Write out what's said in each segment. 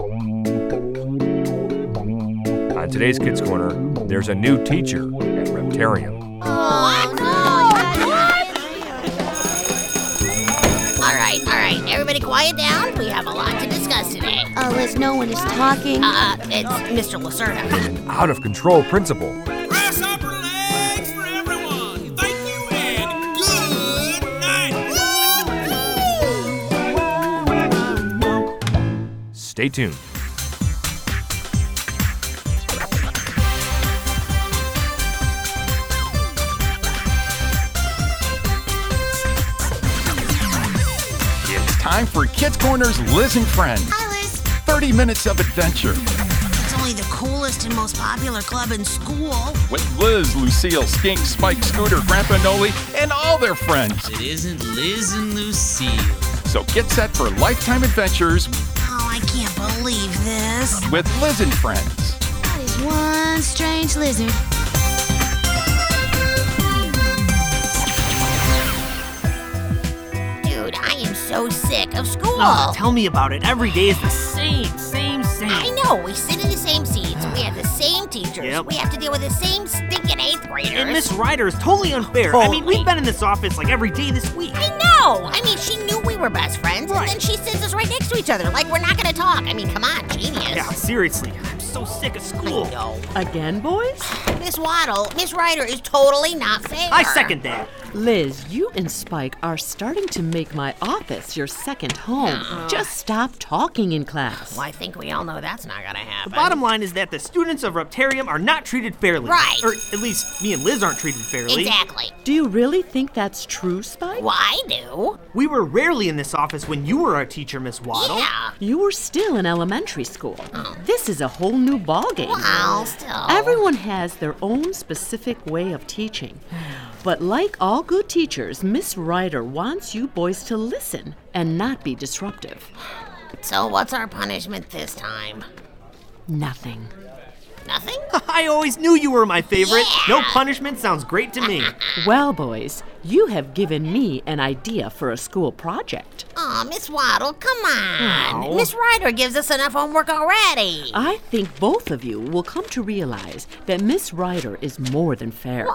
On Uh, today's Kids Corner, there's a new teacher at Reptarium. Oh, All right, all right. Everybody quiet down. We have a lot to discuss today. Oh, Liz, no one is talking. Uh, it's Mr. Lacerda. An out of control principal. Grasshopper legs for everyone. Thank you and good night. Stay tuned. It's time for Kids Corner's Liz and Friends. Hi, Liz. 30 minutes of adventure It's only the coolest and most popular club in school. with Liz, Lucille, Skink, Spike, Scooter, Grandpa Noli, and all their friends. It isn't Liz and Lucille. So get set for lifetime adventures Oh, I can't believe this. with Liz and Friends. That is one strange lizard. Dude, I am so sick of school. Oh, tell me about it. Every day is the same, same, I same. know. We sit in the same seats. We have the same teachers. Yep. We have to deal with the same stinking eighth graders. And Miss Ryder is totally unfair. I mean, we've Totally. been in this office like every day this week. I know. I mean, she knew we were best friends, Right. and then she sits us right next to each other like we're not gonna talk. I mean, come on, genius. Yeah, seriously. I'm so sick of school. I know. Again, boys? Miss Waddle, Miss Ryder is totally not fair. I second that. Liz, you and Spike are starting to make my office your second home. Uh-uh. Just stop talking in class. Well, Oh, I think we all know that's not gonna happen. The bottom line is that the students of Reptarium are not treated fairly. Right. Or at least me and Liz aren't treated fairly. Exactly. Do you really think that's true, Spike? Well, I do. We were rarely in this office when you were our teacher, Miss Waddle. Yeah. Oh. You were still in elementary school. This is a whole new ballgame. Well, still. Everyone has their own specific way of teaching. But like all good teachers, Miss Ryder wants you boys to listen and not be disruptive. So what's our punishment this time? Nothing. Nothing? I always knew you were my favorite. No Yeah. punishment sounds great to me. Well, boys, you have given me an idea for a school project. Aw, Miss Waddle, come on. Miss Ryder gives us enough homework already. I think both of you will come to realize that Miss Ryder is more than fair.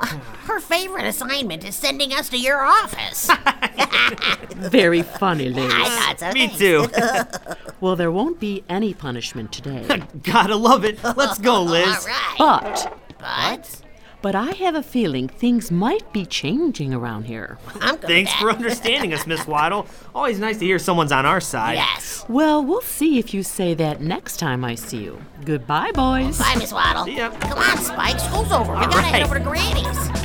Her favorite assignment is sending us to your office. Very funny, I Liz. thought so. me Thanks. too. Well, there won't be any punishment today. Gotta love it. Let's go, Liz. All right. But, But but I have a feeling things might be changing around here. I'm good Thanks at for that. understanding us, Miss Waddle. Always nice to hear someone's on our side. Yes. Well, we'll see if you say that next time I see you. Goodbye, boys. Bye, Miss Waddle. See ya. Come on, Spike. School's over. we All gotta right. head over to Granny's.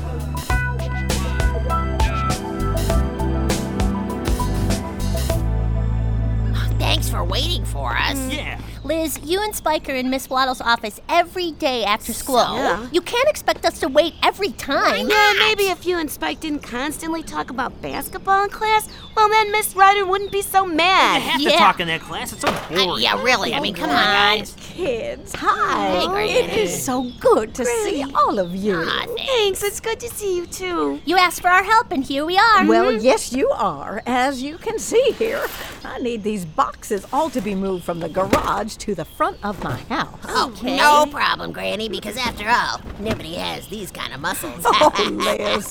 Thanks for waiting for us. Yeah. Liz, you and Spike are in Miss Waddle's office every day after school. So? Yeah. You can't expect us to wait every time. Yeah, maybe if you and Spike didn't constantly talk about basketball in class, well, then Miss Ryder wouldn't be so I mad. have to Yeah. talk in that class. It's so Uh, I- boring. yeah, really. I mean, come on, guys. Kids, hi. Hey, Granny. It is so good to see all of you. Ah, thanks. Thanks, it's good to see you too. You asked for our help, and here we are. Well, yes, you are, as you can see here. I need these boxes all to be moved from the garage to the front of my house. Oh, no problem, Granny, because after all, nobody has these kind of muscles. Oh, Liz.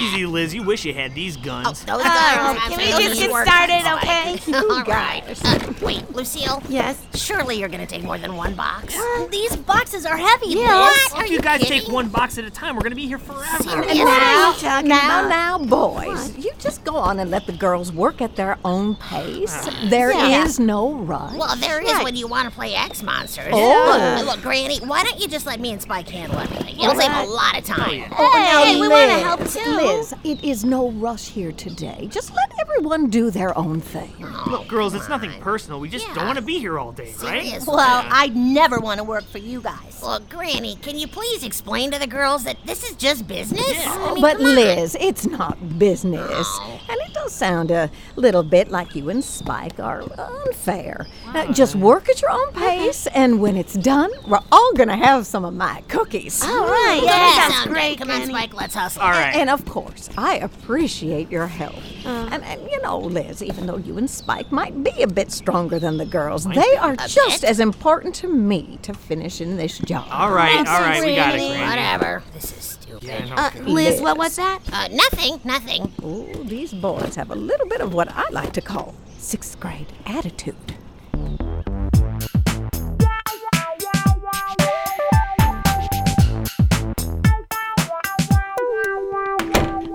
Easy, Liz. You wish you had these guns. Those Oh, are- can I'm we sure just those get work started, fine. okay? You All right. guys. Uh, wait, Lucille. Yes. Surely you're gonna take more than one box. These boxes are heavy, What? Are If you guys kidding? take one box at a time, we're gonna be here forever. Seriously? Now, What now, are you talking about? now, boys, you just go on and let the girls work at their own pace. There is Yeah. no rush. Well, there is when you want to play X Monsters. Oh. Look, look, Granny, why don't you just let me and Spike handle everything? It'll save a lot of time. Hey, Oh, we wanna Oh, Liz, help too. Liz, it is no rush here today. Just let everyone do their own thing. Look, girls, it's nothing personal. We just Yeah. don't want to be here all day, right? Seriously. Well, I'd Hmm? never want to work for you guys. Look, Granny, can you please explain to the girls that this is just business? I mean, but come on. Liz, it's not business. And it does sound a little bit like you and Spike are unfair. Uh, just work at your own pace, and when it's done, we're all going to have some of my cookies. All right. Yeah, that sounds sounds great. great, Come on, Granny. Spike, let's hustle. All right. And of course, I appreciate your help. and, and you know, Liz, even though you and Spike might be a bit stronger than the girls, they are just as important to me to finishing this job. All right, all right, we got it, Really? Granny. Whatever. This is stupid. Uh, Liz, what was that? Uh, nothing, nothing. Ooh, these boys have a little bit of what I like to call sixth grade attitude.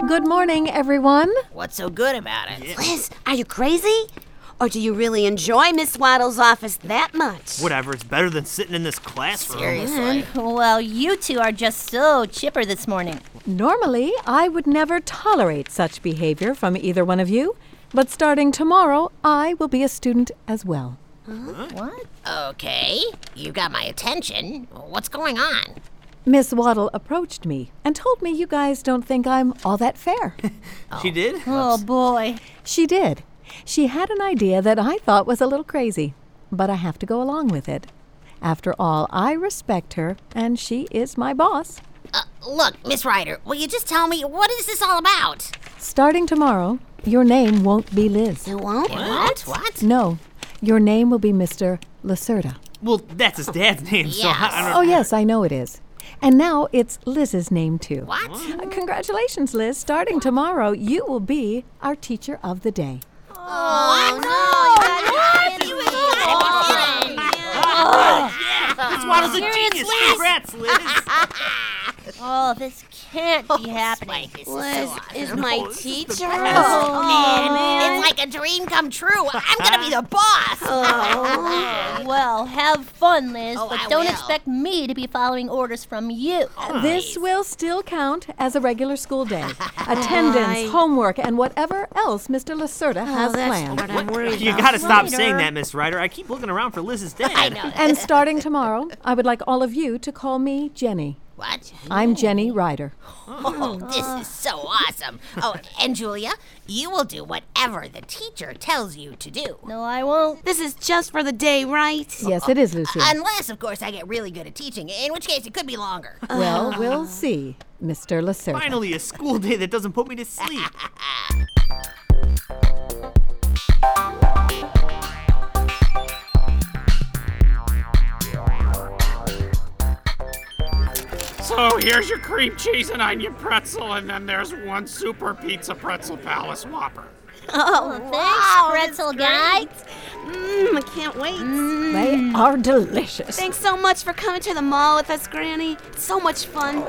Good morning, everyone. What's so good about it? Liz, are you crazy? Or do you really enjoy Miss Waddle's office that much? Whatever, it's better than sitting in this classroom. Seriously. Well, you two are just so chipper this morning. Normally, I would never tolerate such behavior from either one of you, but starting tomorrow, I will be a student as well. Uh, Okay, you got my attention. What's going on? Miss Waddle approached me and told me you guys don't think I'm all that fair. Mm-hmm. She did? Oh boy. She did. She had an idea that I thought was a little crazy, but I have to go along with it. After all, I respect her, and she is my boss. Uh, look, Miss Ryder, will you just tell me what is this all about? Starting tomorrow, your name won't be Liz. You won't? What? What? No, your name will be Mr. Lacerda. Well, that's his dad's name, so I- I don't Oh, yes, I know it is. And now it's Liz's name, too. What? Uh, Congratulations, Liz. Starting tomorrow, you will be our teacher of the day. Oh, Oh, Miss Waddle's a genius. Congrats, Liz. Oh, this can't be happening. Spike, this is Oh, Liz so awesome. Oh, is my teacher. Oh, It's like a dream come true. I'm gonna be the boss. Well, have fun, Liz, Oh, but I don't will. expect me to be following orders from you. This will still count as a regular school day. Attendance, homework, and whatever else Mr. Lacerda has Oh, that's planned. what I'm worried You about. gotta stop saying that, Miss Ryder. I keep looking around for Liz's dad. I know. And starting tomorrow, I would like all of you to call me Jenny. what? I'm Jenny Ryder. Oh, this is so awesome. Oh, and Julia, you will do whatever the teacher tells you to do. No, I won't. This is just for the day, right? Yes, it is, Lucy. Unless, of course, I get really good at teaching, in which case it could be longer. uh. Well, we'll see, Mr. Lacerda. Finally, a school day that doesn't put me to sleep. So here's your cream cheese and onion pretzel, and then there's one super pizza pretzel palace whopper. Oh, Thanks, pretzel guy. Mmm, I can't wait. Mm. They are delicious. Thanks so much for coming to the mall with us, Granny. It's so much fun.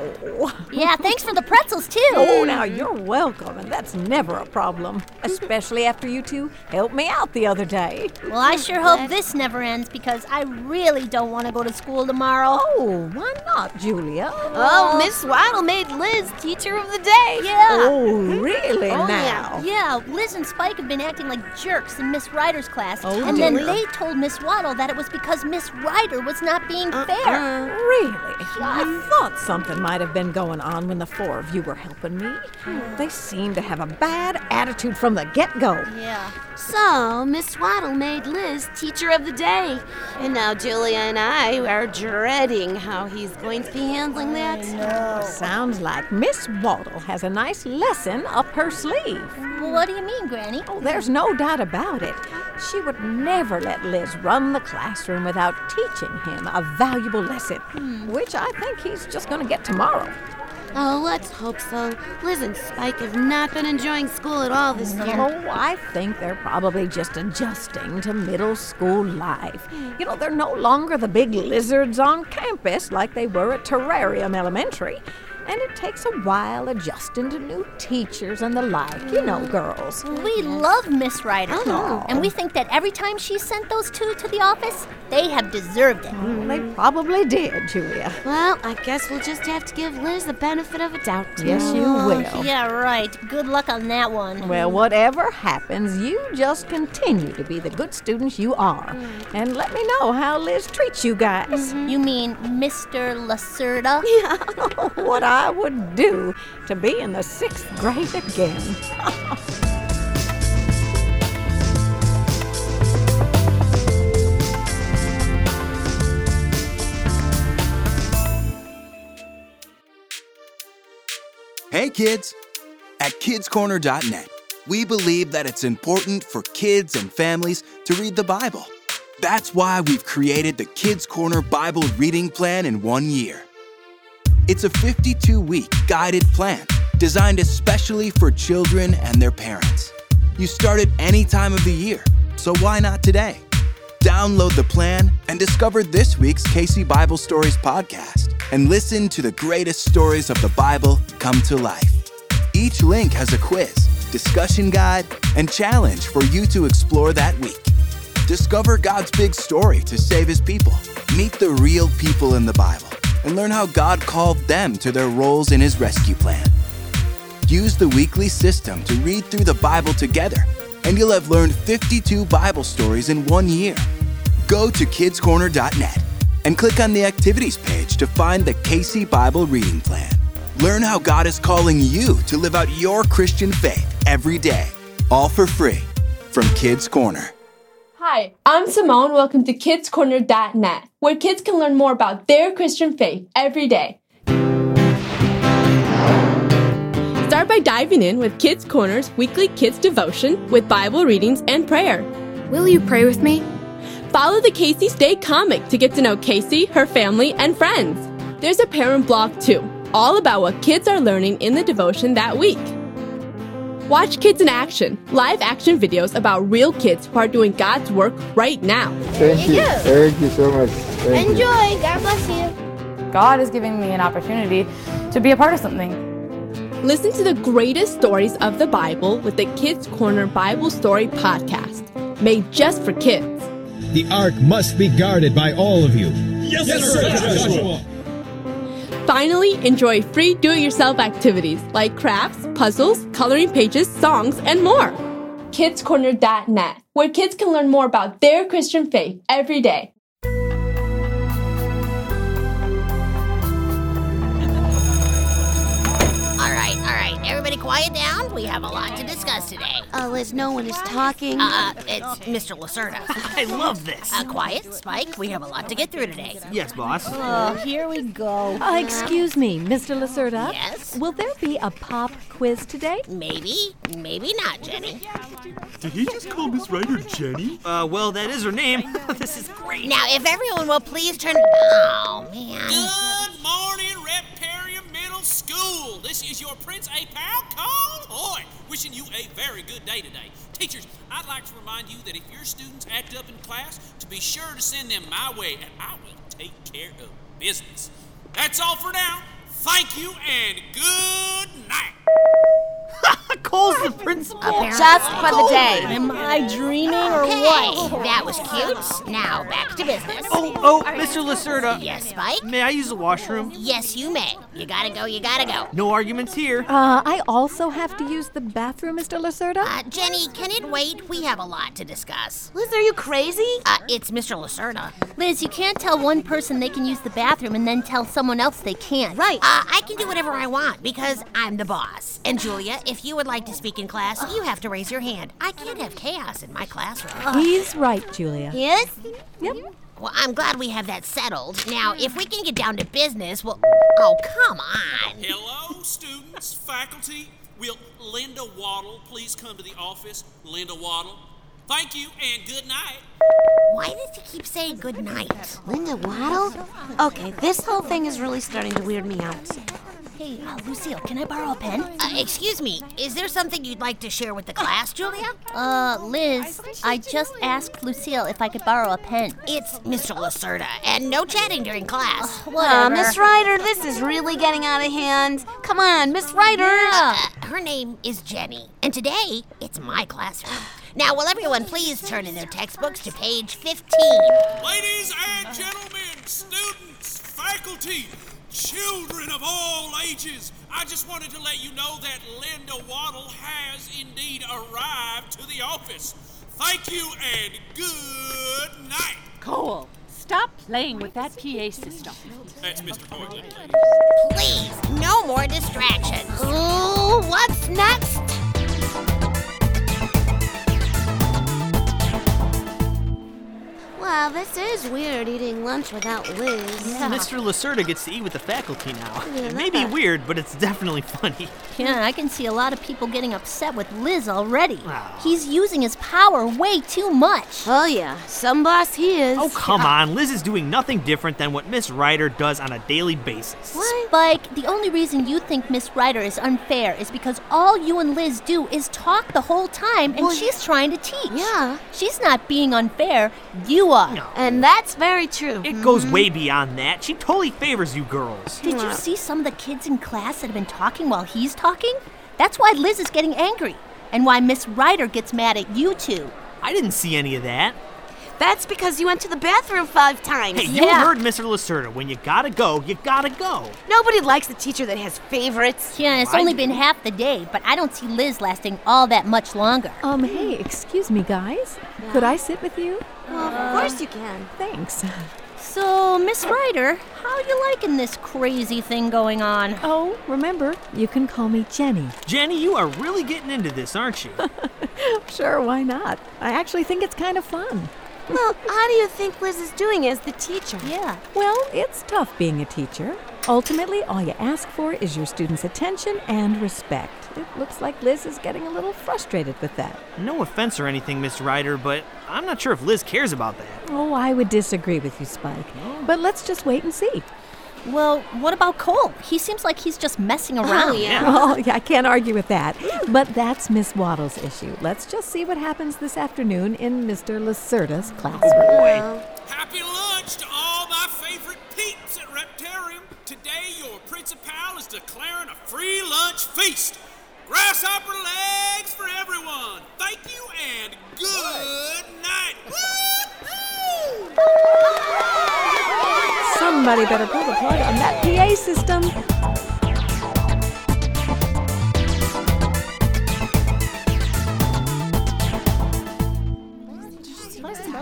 Yeah, thanks for the pretzels too. Oh, now you're welcome, and that's never a problem, especially after you two helped me out the other day. Well, I sure hope this never ends because I really don't want to go to school tomorrow. Oh, why not, Julia? Oh, Miss Waddle made Liz teacher of the day. Yeah. Oh, really now? Yeah, Liz and Spike have been acting like jerks in Miss Ryder's class. Oh, and then dear. they told Miss Waddle that it was because Miss Ryder was not being Uh-uh. fair. Really? I thought something might have been going on when the four of you were helping me. They seem to have a bad attitude from the get go. Yeah. So, Miss Waddle made Liz teacher of the day. And now Julia and I are dreading how he's going to be handling that. Sounds like Miss Waddle has a nice lesson up her sleeve. Well, what do you mean, Granny? Oh, there's no doubt about it. She would never let Liz run the classroom without teaching him a valuable lesson, which I think he's just going to get tomorrow. Oh, let's hope so. Liz and Spike have not been enjoying school at all this year. Oh, I think they're probably just adjusting to middle school life. You know, they're no longer the big lizards on campus like they were at Terrarium Elementary. And it takes a while adjusting to new teachers and the like, you know, girls. We love Miss Ryder. And we think that every time she sent those two to the office, they have deserved it. Mm, They probably did, Julia. Well, I guess we'll just have to give Liz the benefit of a doubt. Yes, you will. Oh, Yeah, right. Good luck on that one. Well, whatever happens, you just continue to be the good students you are. And let me know how Liz treats you guys. Mm. Mm-hmm. You mean Mr. Lacerda? what I would do to be in the sixth grade again. Hey, kids! At kidscorner.net, we believe that it's important for kids and families to read the Bible. That's why we've created the Kids Corner Bible Reading Plan in one year. It's a 52 week guided plan designed especially for children and their parents. You start at any time of the year, so why not today? Download the plan and discover this week's Casey Bible Stories podcast and listen to the greatest stories of the Bible come to life. Each link has a quiz, discussion guide, and challenge for you to explore that week. Discover God's big story to save his people, meet the real people in the Bible, and learn how God called them to their roles in his rescue plan. Use the weekly system to read through the Bible together, and you'll have learned 52 Bible stories in one year. Go to kidscorner.net and click on the activities page to find the Casey Bible Reading Plan. Learn how God is calling you to live out your Christian faith every day, all for free from Kids Corner. Hi, I'm Simone. Welcome to KidsCorner.net, where kids can learn more about their Christian faith every day. Start by diving in with Kids Corner's weekly kids devotion with Bible readings and prayer. Will you pray with me? Follow the Casey Stay comic to get to know Casey, her family, and friends. There's a parent blog too, all about what kids are learning in the devotion that week. Watch Kids in Action, live action videos about real kids who are doing God's work right now. Thank you. Thank you so much. Thank you. God bless you. God is giving me an opportunity to be a part of something. Listen to the greatest stories of the Bible with the Kids Corner Bible Story Podcast, made just for kids. The ark must be guarded by all of you. Yes, sir, Finally, enjoy free do it yourself activities like crafts, puzzles, coloring pages, songs, and more. KidsCorner.net, where kids can learn more about their Christian faith every day. All right, all right. Everybody quiet down. We have a lot to discuss today. Oh, Liz, no one is talking. Uh, it's Mr. Lacerda. I love this. Uh, quiet, Spike. We have a lot to get through today. Yes, boss. Oh, here we go. Uh, excuse me, Mr. Lacerda. Yes? Will there be a pop quiz today? Maybe, maybe not, Jenny. Did he just call Miss Ryder Jenny? Uh, well, that is her name. this is great. Now, if everyone will please turn. Oh, Good morning, Reptarium Middle School. This is your Prince A. Pal Convoy, wishing you a very good day today. Teachers, I'd like to remind you that if your students act up in class, to be sure to send them my way, and I will take care of business. That's all for now. Thank you and good night. Cole's the principal. Just for the day. Am I dreaming or Hey, what? that was cute. Now back to business. Oh, oh, Mr. Lacerda. Yes, Spike? May I use the washroom? Yes, you may. You gotta go, you gotta go. No arguments here. Uh, I also have to use the bathroom, Mr. Lacerda? Uh, Jenny, can it wait? We have a lot to discuss. Liz, are you crazy? Uh, it's Mr. Lacerda. Liz, you can't tell one person they can use the bathroom and then tell someone else they can't. Right. Uh, I can do whatever I want because I'm the boss. And Julia, if you would like to speak in class, you have to raise your hand. I can't have chaos in my uh. classroom. He's right, Julia. Yes? Yep. Well, I'm glad we have that settled. Now, if we can get down to business, well. Oh, come on. Hello, students, faculty. Will Linda Waddle please come to the office? Linda Waddle. Thank you and good night. Why does he keep saying good night? Linda Waddle? Okay, this whole thing is really starting to weird me out. Hey, uh, Lucille, can I borrow a pen? Uh, excuse me, is there something you'd like to share with the class, Julia? Uh, Liz, I just asked Lucille if I could borrow a pen. It's Mr. Lacerda, and no chatting during class. Aw, Uh, Miss Ryder, this is really getting out of hand. Come on, Miss Ryder. Uh, her name is Jenny, and today it's my classroom. Now, will everyone please turn in their textbooks to page 15? Ladies and gentlemen, students, faculty, children of all ages, I just wanted to let you know that Linda Waddle has indeed arrived to the office. Thank you and good night. Cole, stop playing with that PA system. That's Mr. Boyd. Please, no more distractions. Ooh, what's next? Yeah, this is weird eating lunch without Liz. Mr. Lacerda gets to eat with the faculty now. Yeah, it may be that- weird, but it's definitely funny. Yeah, I can see a lot of people getting upset with Liz already. He's using his power way too much. Oh, yeah. Some boss he is. Oh, Come on, Liz is doing nothing different than what Miss Ryder does on a daily basis. Spike, the only reason you think Miss Ryder is unfair is because all you and Liz do is talk the whole time, and Well, she's trying to teach. Yeah. She's not being unfair. You are. And that's very true. Mm-hmm. It goes way beyond that. She totally favors you girls. Mm-hmm. Did you see some of the kids in class that have been talking while he's talking? That's why Liz is getting angry, and why Miss Ryder gets mad at you two. I didn't see any of that. That's because you went to the bathroom five times. Hey, you heard Mr. Lacerda. When you gotta go, you gotta go. Nobody likes a teacher that has favorites. Yeah, it's Why? only been half the day, but I don't see Liz lasting all that much longer. Um, hey, excuse me, guys. Could I sit with you? of course you can. Thanks. So, Miss Ryder, how you liking this crazy thing going on? Oh, remember, you can call me Jenny. Jenny, you are really getting into this, aren't you? Sure, why not? I actually think it's kind of fun. Well, how do you think Liz is doing as the teacher? Yeah. Well, it's tough being a teacher. Ultimately, all you ask for is your students' attention and respect. It looks like Liz is getting a little frustrated with that. no offense or anything, Miss Ryder, but I'm not sure if Liz cares about that. Oh, I would disagree with you, Spike. But let's just wait and see. Well, what about Cole? He seems like he's just messing around. Well, Oh, yeah, I can't argue with that. But that's Miss Waddle's issue. Let's just see what happens this afternoon in Mr. Lacerda's classroom. Oh, Happy lunch to all my favorite peeps at Reptarium. Today, your principal is declaring a free lunch feast. Grasshopper legs for everyone. Thank you and good night. Somebody better pull the plug on that PA system.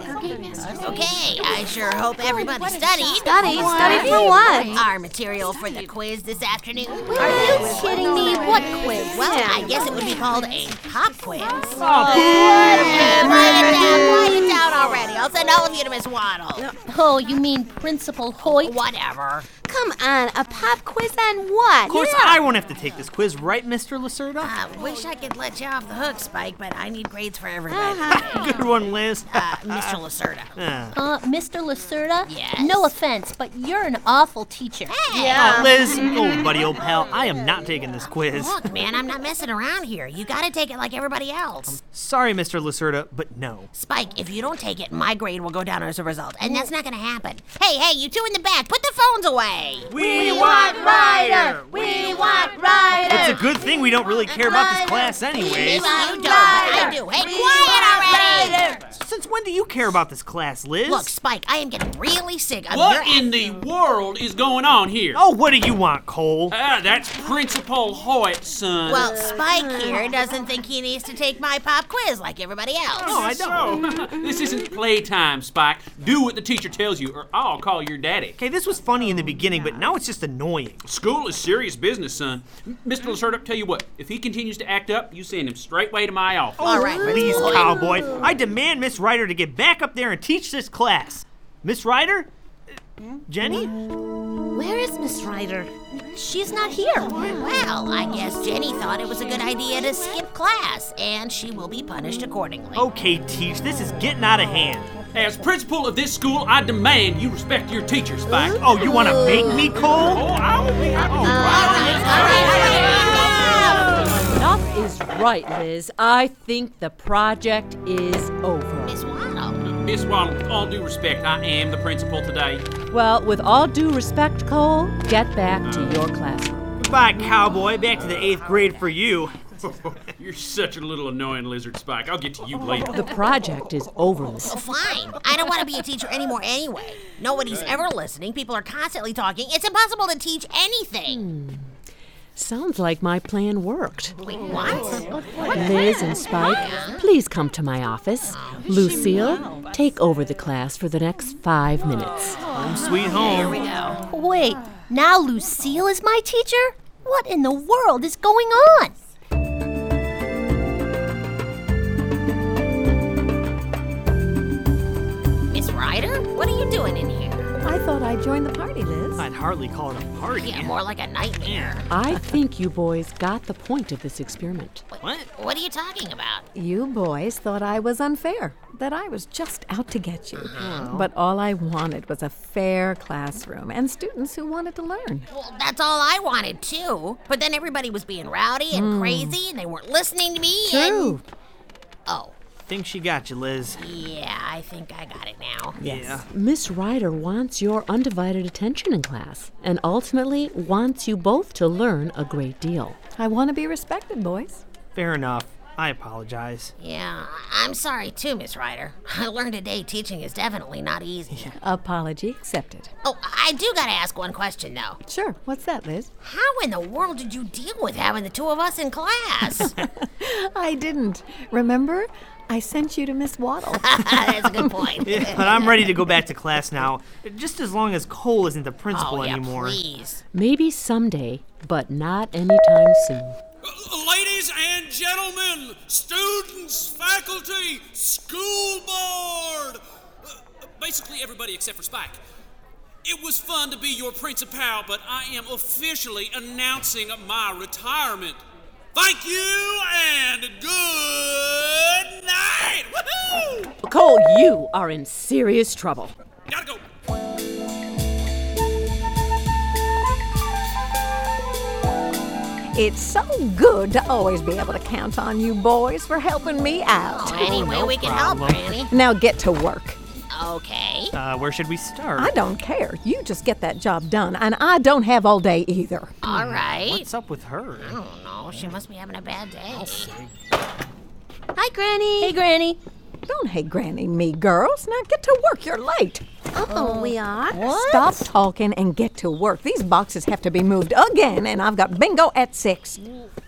Okay, I sure hope everybody what a studied. shock. Studied? Studied for what? Our material for the quiz this afternoon. Are you kidding me? What quiz? Well, I guess it would be called a pop quiz. Oh, Hey, write it down, write it down already. I'll send all of you to Miss Waddle. Oh, you mean Principal Hoyt? Whatever. Come on, a pop quiz on Uh, what? Of course, I won't have to take this quiz, right, Mr. Lacerda? I wish I could let you off the hook, Spike, but I need grades for everybody. Uh-huh. Good one, Liz. Mr. Uh, Lacerda. Uh. Uh, Mr. Lacerda? Yes. No offense, but you're an awful teacher. Uh, Liz, old buddy, old pal, I am not taking this quiz. Look, man, I'm not messing around here. You gotta take it like everybody else. Sorry, Mr. Lacerda, but no. Spike, if you don't take it, my grade will go down as a result, and that's not gonna happen. Hey, hey, you two in the back, put the phones away! We want Ryder! We want Ryder! It's a good thing we don't really care about this class, anyways. you don't, I do. Hey, quiet already! Since when do you care about this class, Liz? Look, Spike, I am getting really sick of What your. in the world is going on here? Oh, what do you want, Cole? Ah, that's Principal Hoyt, son. Well, Spike here doesn't think he needs to take my pop quiz like everybody else. No, I don't. this isn't playtime, Spike. Do what the teacher tells you, or I'll call your daddy. Okay, this was funny in the beginning, but now it's just annoying. School is serious business, son. M- Mr. Lacerda, tell you what, if he continues to act up, you send him straight way to my office. All right, Mr. Please, Lloyd. cowboy. I demand Miss Ryder to get back up there and teach this class. Miss Ryder? Uh, Jenny? Mm-hmm. Where is Miss Ryder? She's not here. Well, I guess Jenny thought it was a good idea to skip class, and she will be punished accordingly. Okay, Teach, this is getting out of hand. As principal of this school, I demand you respect your teacher, Spike. Oh, you want to make me, Cole? Oh, I will be happy. Ah! Enough is right, Liz. I think the project is over. Miss Waddle. Miss Waddle, with all due respect, I am the principal today. Well, with all due respect, Cole, get back to your classroom. Goodbye, cowboy. Back to the eighth grade for you. You're such a little annoying lizard, Spike. I'll get to you later. The project is over, Miss. Oh, fine. I don't want to be a teacher anymore anyway. Nobody's ever listening. People are constantly talking. It's impossible to teach anything. Hmm. Sounds like my plan worked. Wait, what? Liz and Spike, please come to my office. Oh, Lucille, take over the class for the next five minutes. Home Oh, sweet home. Wait, now Lucille is my teacher? What in the world is going on? Miss Ryder? What are you doing in here? I thought I'd join the party, Liz. I'd hardly call it a party. Yeah, more like a nightmare. I think you boys got the point of this experiment. What? What are you talking about? You boys thought I was unfair, that I was just out to get you. Uh-huh. But all I wanted was a fair classroom and students who wanted to learn. Well, that's all I wanted too. But then everybody was being rowdy and Hmm. crazy, and they weren't listening to me. True. And... Oh, Think she got you, Liz. yeah, I think I got it now. Yeah. Miss Ryder wants your undivided attention in class and ultimately wants you both to learn a great deal. I want to be respected, boys. Fair enough. Uh, I apologize. Yeah, I'm sorry too, Miss Ryder. I learned today teaching is definitely not easy. Apology accepted. Oh, I do gotta ask one question though. Sure. What's that, Liz? How in the world did you deal with having the two of us in class? I didn't. Remember? I sent you to Miss Waddle. That's a good point. Yeah, but I'm ready to go back to class now. Just as long as Cole isn't the principal Oh, yeah, anymore. please. Maybe someday, but not anytime soon. Ladies and gentlemen, students, faculty, school board! Uh, Basically, everybody except for Spike. It was fun to be your principal, but I am officially announcing my retirement. Thank you and good night! Woohoo! Cole, you are in serious trouble. Gotta go. It's so good to always be able to count on you boys for helping me out. Oh, any way we can help, problem. Granny. Now get to work. Okay. Uh, where should we start? I don't care. You just get that job done, and I don't have all day either. All right. Hmm, What's up with her? I don't know. She must be having a bad day. Hi, Granny. Hey, Granny. Don't hey, Granny, me girls. Now get to work. You're late. Oh, we are. Stop talking and get to work. These boxes have to be moved again, and I've got bingo at six.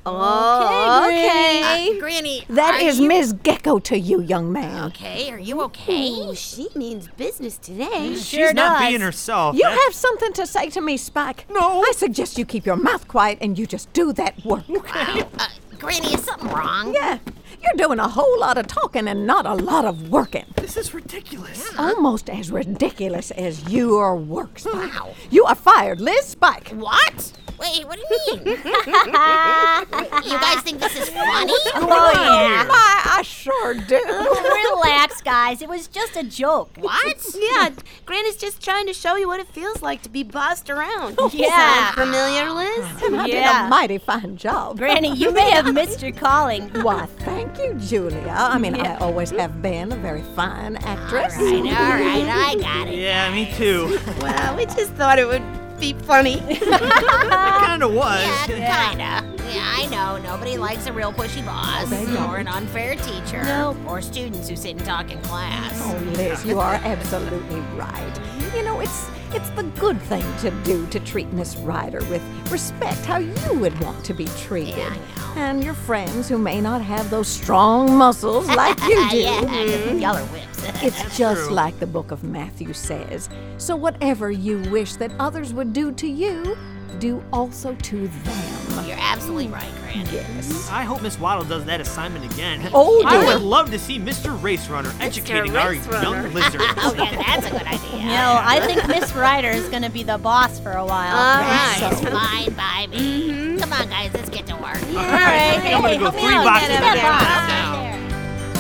Oh, okay. Uh, Granny. That are is you Miss Gecko to you, young man. Okay, are you okay? Ooh, she means business today. She's not being herself. You That- have something to say to me, Spike. No. I suggest you keep your mouth quiet and you just do that work. Wow. Uh, Granny, is something wrong? Yeah. You're doing a whole lot of talking and not a lot of working. This is ridiculous. Almost as ridiculous as your work, Spike. Wow. You are fired, Liz Spike. What? Wait, what do you mean? you guys think this is funny? Oh, my, I sure do. Relax, guys. It was just a joke. What? Yeah, Granny's just trying to show you what it feels like to be bossed around. Yeah. Oh, Sound familiar, Liz? And I did Yeah. a mighty fine job. Granny, you may have missed your calling. Why, thank you, Julia. I mean, I always have been a very fine actress. All right, all right, I got it. Yeah, me too. Well, we just thought it would be funny. It kinda was. Yeah, kinda. Yeah, I know. Nobody likes a real pushy boss or an unfair teacher Nope. or students who sit and talk in class. Oh, Liz, you are absolutely right. You know, it's it's the good thing to do to treat Miss Ryder with respect, how you would want to be treated. Yeah, And your friends who may not have those strong muscles like you do. Mm. yeah, I get the yellow whips. It's just like the book of Matthew says. So whatever you wish that others would do to you, do also to them. You're absolutely right, Granny. Yes. I hope Miss Waddle does that assignment again. Oh, I dear. would love to see Mr. Race Runner educating our young lizards. Oh, yeah, that's a good idea. No, I think Miss Ryder is going to be the boss for a while. All That's right. fine by me. Mm-hmm. Come on, guys, let's get to work. All right, I think I'm gonna go three boxes get down. him out.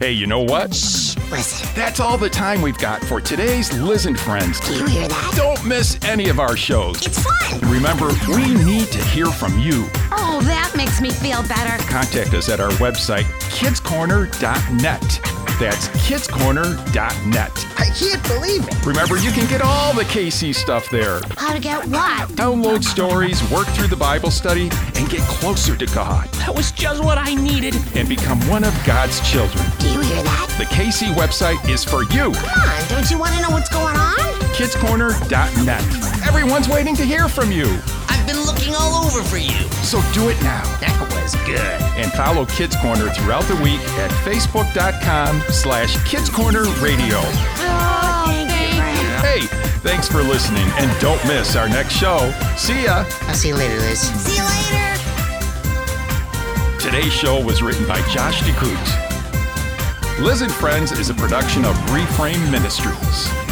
Hey, you know what? Listen, That's all the time we've got for today's Listen Friends. do you hear that? Don't miss any of our shows. It's fun. Remember, we need to hear from you. Oh, that makes me feel better. Contact us at our website, kidscorner.net. That's kidscorner.net. I can't believe it. Remember, you can get all the KC stuff there. How to get what? Download stories, work through the Bible study, and get closer to God That was just what I needed. and become one of God's children. Do you hear that? The KC website is for you, Come on, don't you want to know what's going on? kidscorner.net. Everyone's waiting to hear from you, I've been looking all over for you. so do it now. That was good. And follow Kids Corner throughout the week at facebook.com slash Kids Corner Radio. Hey, thanks for listening, and don't miss our next show. See ya! I'll see you later, Liz. See you later. Today's show was written by Josh DeCruz. Liz and Friends is a production of Reframe Ministries.